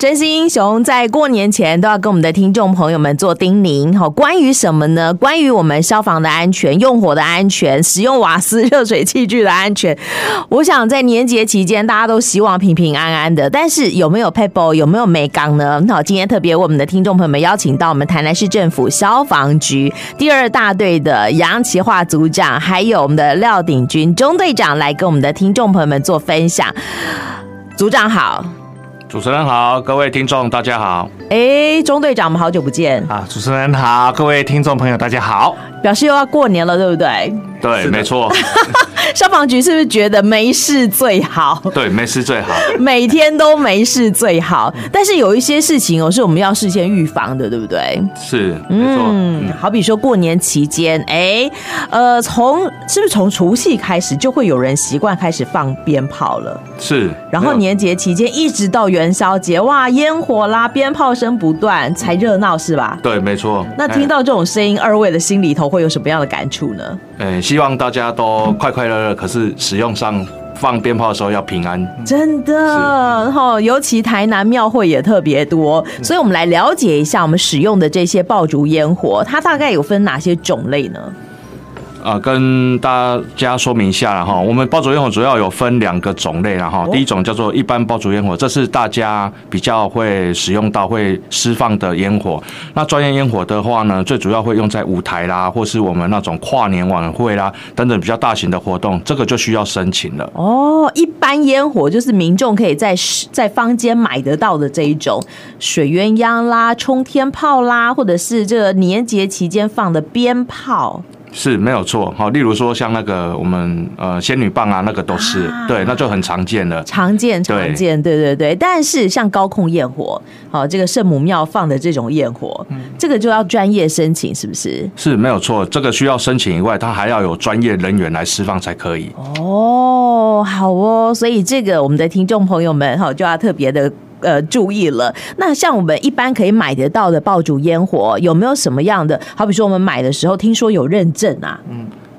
真心英雄在过年前都要跟我们的听众朋友们做叮咛，好，关于什么呢？关于我们消防的安全、用火的安全、使用瓦斯热水器具的安全。我想在年节期间，大家都希望平平安安的，但是有没有 p a p e 有没有美港呢？好，今天特别为我们的听众朋友们邀请到我们台南市政府消防局第二大队的杨奇华组长，还有我们的廖鼎军中队长来跟我们的听众朋友们做分享。组长好。主持人好，各位听众大家好。哎，中队长，我们好久不见，啊，主持人好，各位听众朋友大家好。表示又要过年了，对不对？对，没 错，消防局是不是觉得没事最好？ 对，没事最好。每天都没事最好，但是有一些事情哦，是我们要事先预防的，对不对？是，没错。嗯，好比说过年期间，哎，呃，从是不是从除夕开始就会有人习惯开始放鞭炮了？是。然后年节期间一直到元宵节，哇，烟火啦，鞭炮声不断，才热闹是吧？对，没错。那听到这种声音，二位的心里头会有什么样的感触呢？哎，哎希望大家都快快乐乐，可是使用上放鞭炮的时候要平安。真的，然后尤其台南庙会也特别多，所以我们来了解一下我们使用的这些爆竹烟火，它大概有分哪些种类呢？啊，跟大家说明一下了哈，我们爆竹烟火主要有分两个种类了哈。第一种叫做一般爆竹烟火，这是大家比较会使用到、会释放的烟火。那专业烟火的话呢，最主要会用在舞台啦，或是我们那种跨年晚会啦等等比较大型的活动，这个就需要申请了。哦，一般烟火就是民众可以在市在坊间买得到的这一种水鸳鸯啦、冲天炮啦，或者是这个年节期间放的鞭炮。是没有错，好，例如说像那个我们呃仙女棒啊，那个都是、啊对，那就很常见了。常见对常见，对对对。但是像高空焰火，好、这个圣母庙放的这种焰火，这个就要专业申请，是不是？是没有错，这个需要申请以外，它还要有专业人员来释放才可以。哦，好哦，所以这个我们的听众朋友们哈就要特别的。呃，注意了。那像我们一般可以买得到的爆竹烟火，有没有什么样的？好比说，我们买的时候听说有认证啊，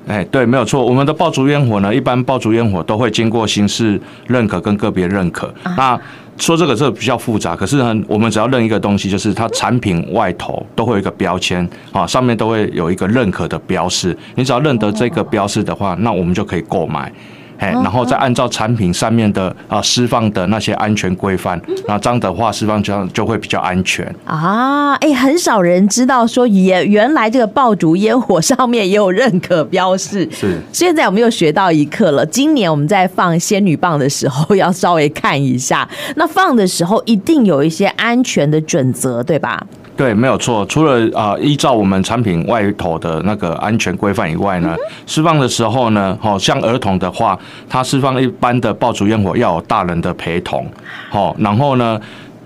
哎，对，没有错。我们的爆竹烟火呢，一般爆竹烟火都会经过刑事认可跟个别认可。那说这个这比较复杂，可是呢，我们只要认一个东西，就是它产品外头都会有一个标签啊，上面都会有一个认可的标示。你只要认得这个标示的话，那我们就可以购买。哎，然后再按照产品上面的啊释放的那些安全规范，那这样的话释放这样就会比较安全。啊，哎、很少人知道说也原来这个爆竹烟火上面也有认可标示。是现在我们又学到一课了。今年我们在放仙女棒的时候，要稍微看一下。那放的时候一定有一些安全的准则，对吧？对，没有错。除了啊、呃依照我们产品外头的那个安全规范以外嗯呢，释放的时候呢，哦，像儿童的话，他释放一般的爆竹烟火要有大人的陪同，哦，然后呢。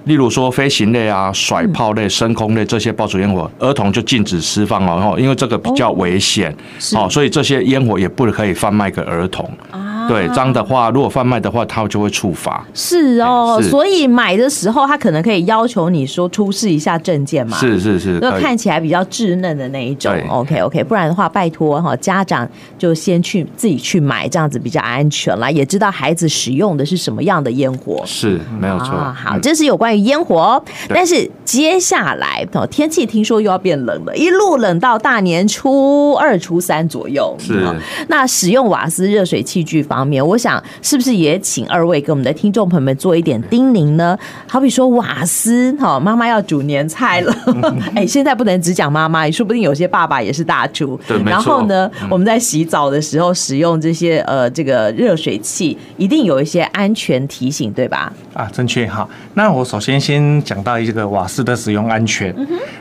例如说飞行类啊、甩炮类、升空类这些爆竹烟火，儿童就禁止释放哦，然后因为这个比较危险，哦，所以这些烟火也不可以贩卖给儿童。啊对，这样的话，如果贩卖的话，他就会处罚。是哦，哎是所以买的时候他可能可以要求你说出示一下证件嘛。是是是，就可以看起来比较稚嫩的那一种对，OK OK，不然的话，拜托哈，家长就先去自己去买，这样子比较安全啦，也知道孩子使用的是什么样的烟火。是没有错。啊，好，嗯这是有关于烟火、哦，对但是接下来哦，天气听说又要变冷了，一路冷到大年初二、初三左右。是哦那使用瓦斯热水器具方面，我想是不是也请二位给我们的听众朋友们做一点叮咛呢？好比说瓦斯，哈、妈妈要煮年菜 了，哎，现在不能只讲妈妈，说不定有些爸爸也是大厨。对没错嗯然后呢，我们在洗澡的时候使用这些呃这个热水器，一定有一些安全提醒，对吧？啊，正确哈。那我首先先讲到这个瓦斯的使用安全。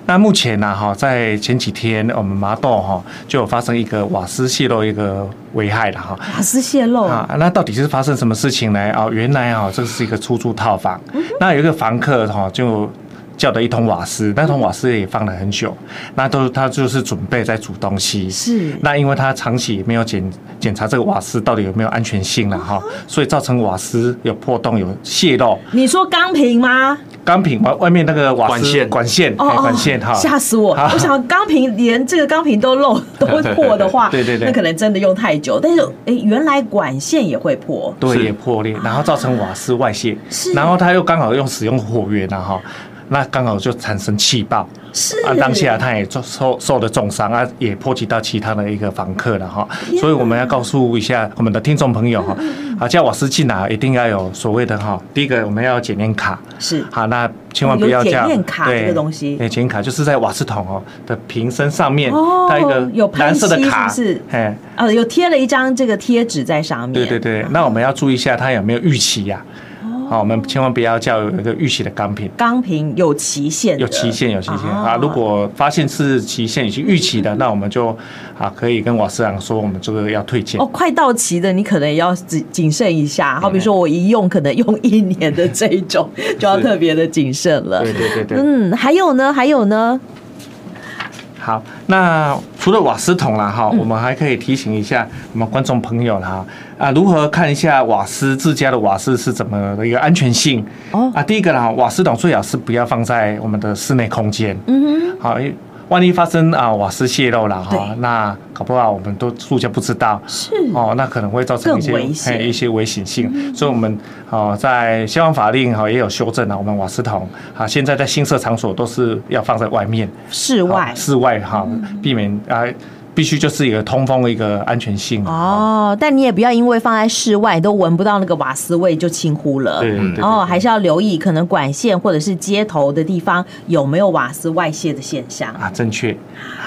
那目前呢、哈，在前几天我们麻豆哈就有发生一个瓦斯泄漏一个危害了哈。瓦斯泄漏啊，那到底是发生什么事情呢？啊，原来啊，这是一个出租套房，那有一个房客哈、就叫的一桶瓦斯，那桶瓦斯也放了很久，那都他就是准备在煮东西。是那因为他长期也没有检检查这个瓦斯到底有没有安全性了哈，所以造成瓦斯有破洞、有泄漏。你说钢瓶吗？钢瓶外外面那个瓦斯管线管线哎管线哈，哦啊吓死我！好我想钢瓶连这个钢瓶都 漏都会破的话，对对对那可能真的用太久。但是，哎，原来管线也会破，对，是也破裂，然后造成瓦斯外泄是，然后他又刚好用使用火源啊哈，那刚好就产生气爆，是啊，当下他也受受受了重伤啊，也波及到其他的一个房客了哈天，所以我们要告诉一下我们的听众朋 友哈，啊，叫瓦斯进来一定要有所谓的哈，第一个我们要有检验卡，是好，那千万不有要检这样。验卡对这个东西对，检验卡就是在瓦斯桶哦的瓶身上面，哦它一个有喷蓝色的漆卡，是不是哎，呃，有贴了一张这个贴纸在上面。哦对对对，那我们要注意一下它有没有预期呀、好、我们千万不要叫有一个预期的钢瓶。钢瓶有期限的，有期限，有期限啊啊！如果发现是期限已经逾期的，那我们就啊可以跟瓦斯长说，我们这个要退件哦，。快到期的，你可能也要谨谨慎一下。好比说，我一用可能用一年的这一种，就要特别的谨慎了。对对对对，嗯，还有呢，还有呢，好，那除了瓦斯桶啦嗯哈，我们还可以提醒一下我们观众朋友啦哈啊，如何看一下瓦斯自家的瓦斯是怎么的一个安全性？哦啊，第一个啦，瓦斯桶最好是不要放在我们的室内空间。嗯，好，因为万一发生啊瓦斯泄漏了哈对，那搞不好我们都住家不知道。是哦，那可能会造成一些更危险嗯嘿一些危险性，所以我们哦在消防法令哈也有修正啊，我们瓦斯桶啊现在在新设场所都是要放在外面。室好外嗯室外哈，避免啊，必须就是一个通风的一个安全性。哦，但你也不要因为放在室外都闻不到那个瓦斯味就轻忽了。对，对对哦，还是要留意可能管线或者是接头的地方有没有瓦斯外泄的现象。啊，正确。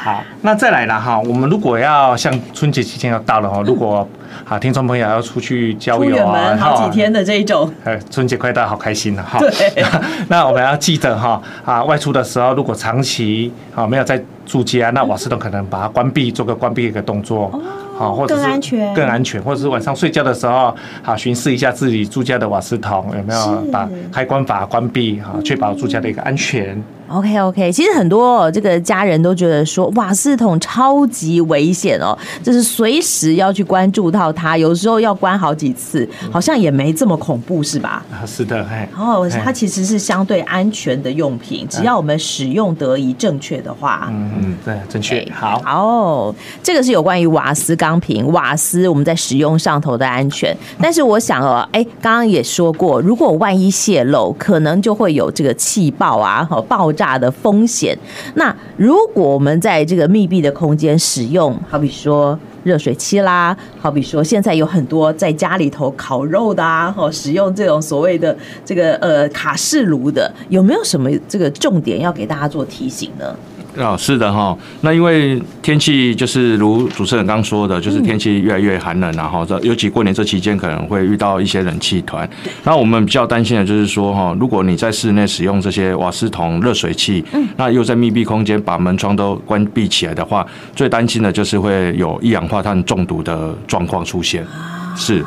好，那再来了哈，我们如果要像春节期间要到了哈，如果啊听众朋友要出去郊出游远啊，门好几哈。天的这一种，呃，春节快到，好开心了啊哈！对 那我们要记得哈啊，外出的时候如果长期啊没有在住家，嗯那瓦斯桶可能把它关闭，做个关闭一个动作，好，或者是哦更安全更安全，或者是晚上睡觉的时候，好巡视一下自己住家的瓦斯桶有没有是嗯把开关阀关闭，哈，确保住家的一个安全。 OK OK，其实很多、这个家人都觉得说瓦斯桶超级危险哦，就是随时要去关注到它，有时候要关好几次，嗯好像也没这么恐怖是吧？啊，是的，嘿。哦，嘿它其实是相对安全的用品，只要我们使用得宜、正确的话。嗯，对，正确，好。哦，这个是有关于瓦斯钢瓶、瓦斯我们在使用上头的安全。但是我想哦，哎，刚刚也说过，如果万一泄漏，可能就会有这个气爆啊、和爆炸的风险。那如果我们在这个密闭的空间使用，好比说。热水器啦，好比说现在有很多在家里头烤肉的啊，哦，使用这种所谓的这个呃卡式炉的，有没有什么这个重点要给大家做提醒呢？哦，是的哈、那因为天气就是如主持人刚说的，就是天气越来越寒冷、然后这尤其过年这期间可能会遇到一些冷气团。那我们比较担心的就是说哈、如果你在室内使用这些瓦斯桶、热水器，那又在密闭空间把门窗都关闭起来的话，最担心的就是会有一氧化碳中毒的状况出现。是。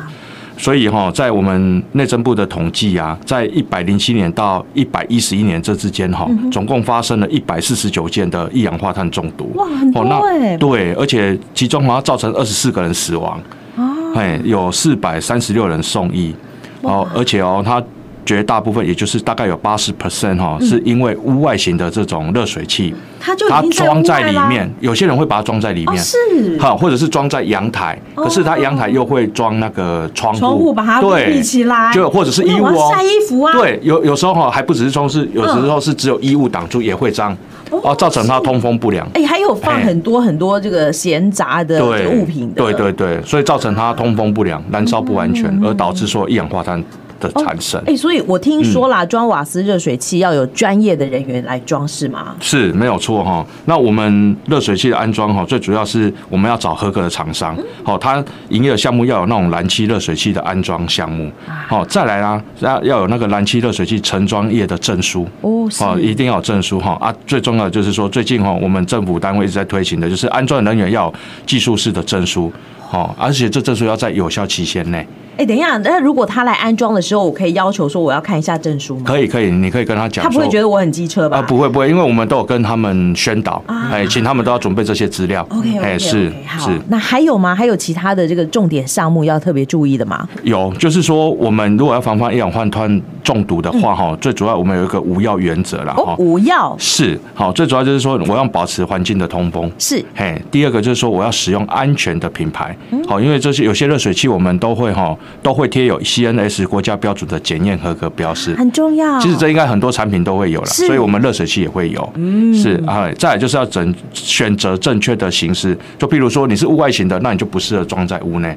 所以哈、在我们内政部的统计啊，在一百零七年到一百一十一年这之间哈、嗯总共发生了一百四十九件的一氧化碳中毒。哦哇很多欸那对，而且其中好像造成二十四个人死亡，啊哎、有四百三十六人送医。哦，而且哦，它绝大部分也就是大概有八十 percent 哈，是因为屋外型的这种热水器，它嗯就已它经在装屋在外里啦面，有些人会把它装在里面。哦，是好，或者是装在阳台，可是它阳台又会装那个窗户，哦窗户把它对闭起来就或者是因为衣物我要哦，晒衣服啊嗯对，有有时候哈还不只是窗是，有时候是只有衣物挡住也会脏，哦，造成它通风不良。哎、还有放哎很多很多这个闲杂的这对个物品的，对对对，所以造成它通风不良、燃烧不完全，嗯而导致说一氧化碳的产生。哎、所以我听说嗯啦，装瓦斯热水器要有专业的人员来装，是吗？是没有错哈。那我们热水器的安装哈，最主要是我们要找合格的厂商，嗯好，它营业的项目要有那种燃气热水器的安装项目，啊好，再来啦，要要有那个燃气热水器承装业的证书。哦，是哦，一定要有证书哈啊！最重要的就是说，最近哈，我们政府单位一直在推行的，就是安装人员要有技术士的证书，哦，而且这证书要在有效期限内。哎、等一下，那如果他来安装的时候，我可以要求说我要看一下证书吗？可以可以，你可以跟他讲他不说。会觉得我很机车吧？啊，不会不会，因为我们都有跟他们宣导，哎、啊请他们都要准备这些资料。 OK，哎、 OK，是 OK，好是，那还有吗？还有其他的这个重点项目要特别注意的吗？有，就是说我们如果要防范一氧化碳中毒的话，哈、最主要我们有一个无药原则啦，嗯哦哈、，无药是，好，最主要就是说我要保持环境的通风。是嘿，第二个就是说，我要使用安全的品牌，嗯好、因为这些有些热水器我们都会哈，都会贴有 CNS 国家标准的检验合格标识。很重要。其实这应该很多产品都会有了，嗯是所以我们热水器也会有。嗯，是啊，再来就是要整选择正确的形式，就譬如说你是户外型的，那你就不适合装在屋内。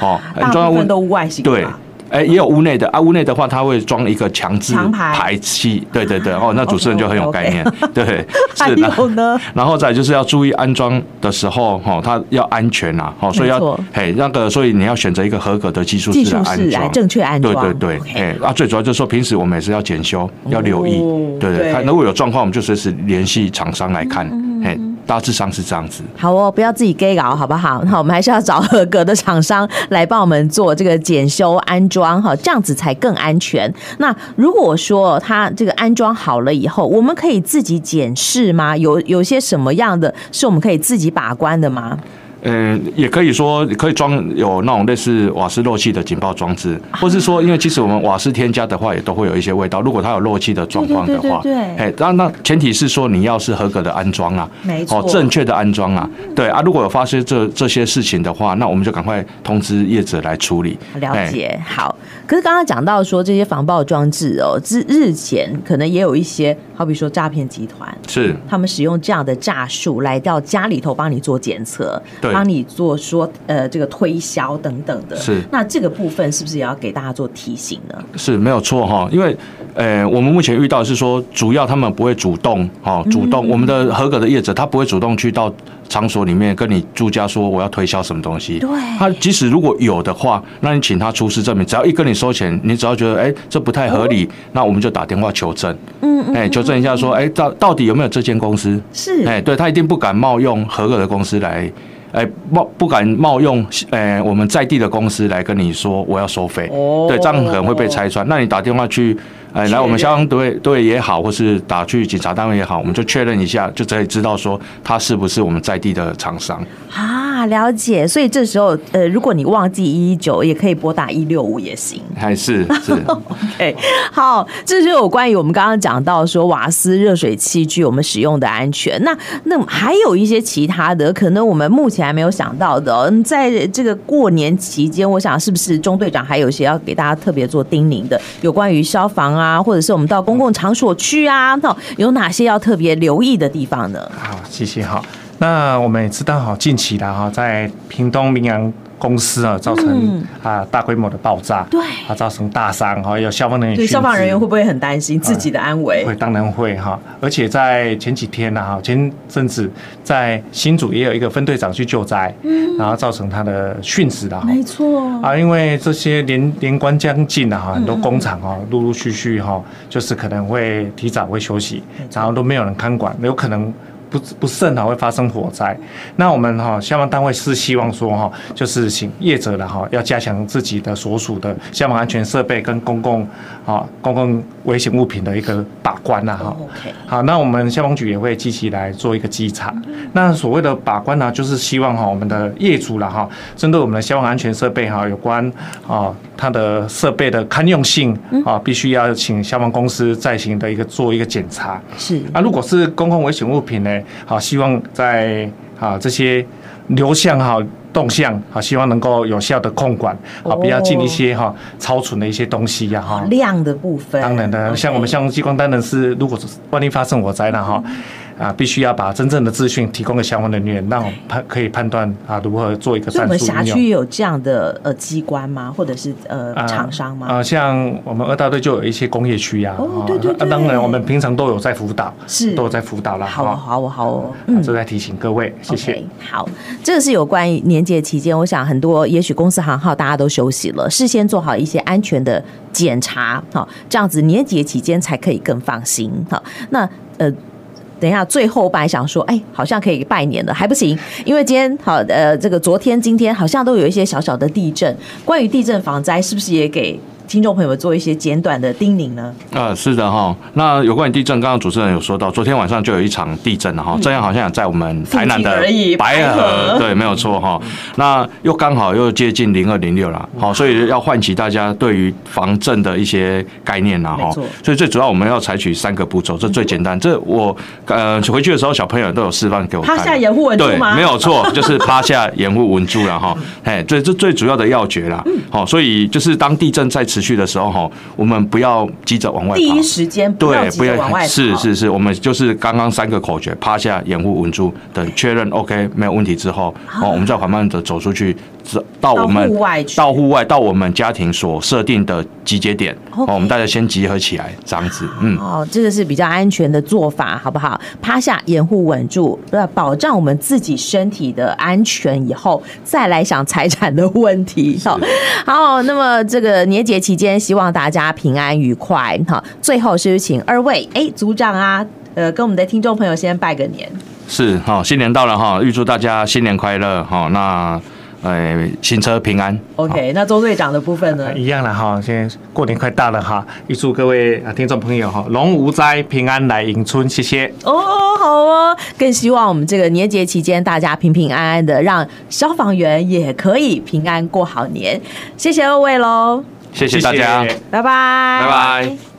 哦，你大装在部屋分都无外形对吧。哎、也有屋内的啊，屋内的话，它会装一个强制强排排气，对对对，哦，那主持人就很有概念， 对， 还是有呢？然后再就是要注意安装的时候，哈、它要安全啦、啊，哦，所以没要错嘿那个，所以你要选择一个合格的技术技师术来是安来装，正确安装对对对， OK 哎、啊，最主要就是说平时我们也是要检修，要留意，哦对对，对嗯看如果有状况，我们就随时联系厂商来看，嘿，大致上是这样子。好哦，不要自己 gay 搞，好不好？ 那我们还是要找合格的厂商来帮我们做这个检修安装，哈，这样子才更安全。那如果说它这个安装好了以后，我们可以自己检视吗？有有些什么样的是我们可以自己把关的吗？呃，也可以说可以装有那种类似瓦斯漏气的警报装置，啊或是说，因为其实我们瓦斯添加的话，也都会有一些味道。如果它有漏气的状况的话，对对对对对哎，当那前提是说你要是合格的安装啊，没错嗯哦，正确的安装啊，对啊。如果有发生这这些事情的话，那我们就赶快通知业者来处理。了哎解，好。可是刚刚讲到说这些防爆装置哦，之日前可能也有一些，好比说诈骗集团，是他们使用这样的诈术来到家里头帮你做检测，对帮你做说呃这个推销等等的。是那这个部分是不是也要给大家做提醒呢？是没有错哈，因为呃，我们目前遇到的是说，主要他们不会主动哦，主嗯动、我们的合格的业者，他不会主动去到场所里面跟你住家说我要推销什么东西。对他即使如果有的话，那你请他出示证明，只要一跟你收钱，你只要觉得哎、这不太合理，那我们就打电话求证，嗯哦嗯，哎、求证一下说哎、到到底有没有这间公司？是，哎、对他一定不敢冒用合格的公司来。哎，冒不敢冒用，哎，我们在地的公司来跟你说我要收费，哦对，这样可能会被拆穿。那你打电话去，哎，确来认我们消防队队也好，或是打去警察单位也好，我们就确认一下，就可以知道说他是不是我们在地的 厂商。啊，了解。所以这时候呃，如果你忘记一一九，也可以拨打一六五也行。还是是哦 OK，好，哎这就有关于我们刚刚讲到说瓦斯热水器具我们使用的安全。那那还有一些其他的，可能我们目前还没有想到的哦、嗯在这个过年期间，我想是不是中队长还有一些要给大家特别做叮咛的，有关于消防啊，或者是我们到公共场所去啊，那有哪些要特别留意的地方呢？好，谢谢哈。那我们也知道哈，近期的哈，在屏东明阳公司啊，造成嗯啊大规模的爆炸，对啊造成大伤哈，有消防人员对，殉职消防人员会不会很担心自己的安危？啊会当然会哈，而且在前几天呢、哈，前阵子在新竹也有一个分队长去救灾，嗯然后造成他的殉职了哈。没错，啊，因为这些年年关将近了、哈，很多工厂哦，陆陆续续哈、就是可能会提早会休息，然后都没有人看管，有可能不不慎啊会发生火灾。那我们哈、消防单位是希望说哈、就是请业者了哈、要加强自己的所属的消防安全设备跟公共啊、公共危险物品的一个把关哦呐、哈、 OK 好，那我们消防局也会积极来做一个稽查。那所谓的把关呢、就是希望哈我们的业主啦哈，针对我们的消防安全设备哈，有关啊它的设备的堪用性啊，必须要请消防公司再行的一个做一个检查。是啊，如果是公共危险物品呢，好，希望在啊这些流向哈。动向好，希望能够有效的控管，好，不要进一些哈超存的一些东西呀、哈。量的部分，当然的，像我们 OK 像激光单人是，如果是万一发生火灾了哈，啊，必须要把真正的资讯提供给相关人员，让我们判可以判断啊如何做一个所以战我们术辖应区也用。有这样的呃机关吗？或者是呃啊厂商吗？啊，像我们二大队就有一些工业区呀、啊，哦对对啊对当然我们平常都有在辅导，是都有在辅导啦。好哦，哈，好哦，好哦，啊嗯。这在提醒各位，谢谢。 OK，好，这个是有关于年节期间，我想很多也许公司行号大家都休息了，事先做好一些安全的检查，好，这样子年节期间才可以更放心。好，那呃，等一下，最后我本来想说，哎，好像可以拜年了，还不行，因为今天好呃，这个昨天、今天好像都有一些小小的地震。关于地震防灾，是不是也给听众朋友们做一些简短的叮咛呢？呃，是的哈。那有关于地震，刚刚主持人有说到，昨天晚上就有一场地震了哈，这样好像也在我们台南的嗯附近而已白白河河，对，没有错哈。那又刚好又接近零二零六了，嗯好，所以要唤起大家对于防震的一些概念啦没哈错。所以最主要我们要采取三个步骤，这最简单。这我呃回去的时候，小朋友都有示范给我看。趴下掩护稳住对吗，嗯没有错， 就是趴下掩护稳住了哈。哎，这这最主要的要诀啦。好，所以就是当地震在持续的时候哈，我们不要急着往外第跑一。时间不要对，急着往外跑，是是是，我们就是刚刚三个口诀：趴下、掩护、稳住。等确认 OK 没有问题之后，哦，我们再缓慢的走出去，走到我啊们到户外去到户外到我们家庭所设定的集结点。哦， OK 我们大家先集合起来，这样子，嗯。哦，这个是比较安全的做法，好不好？趴下，掩护稳住，对，保障我们自己身体的安全以后，再来想财产的问题。好，好，那么这个年节期间，希望大家平安愉快。好，最后是不是请二位，哎，组长啊，呃，跟我们的听众朋友先拜个年。是哈、新年到了哈、预祝大家新年快乐哈、那呃，行车平安。 OK，那周队长的部分呢？啊一样了哈，现在过年快到了哈，预祝各位啊听众朋友哈，龙无灾，平安来迎春，谢谢。哦，好哦，更希望我们这个年节期间，大家平平安安的，让消防员也可以平安过好年。谢谢二位喽，谢谢大家，谢谢拜拜，拜拜拜。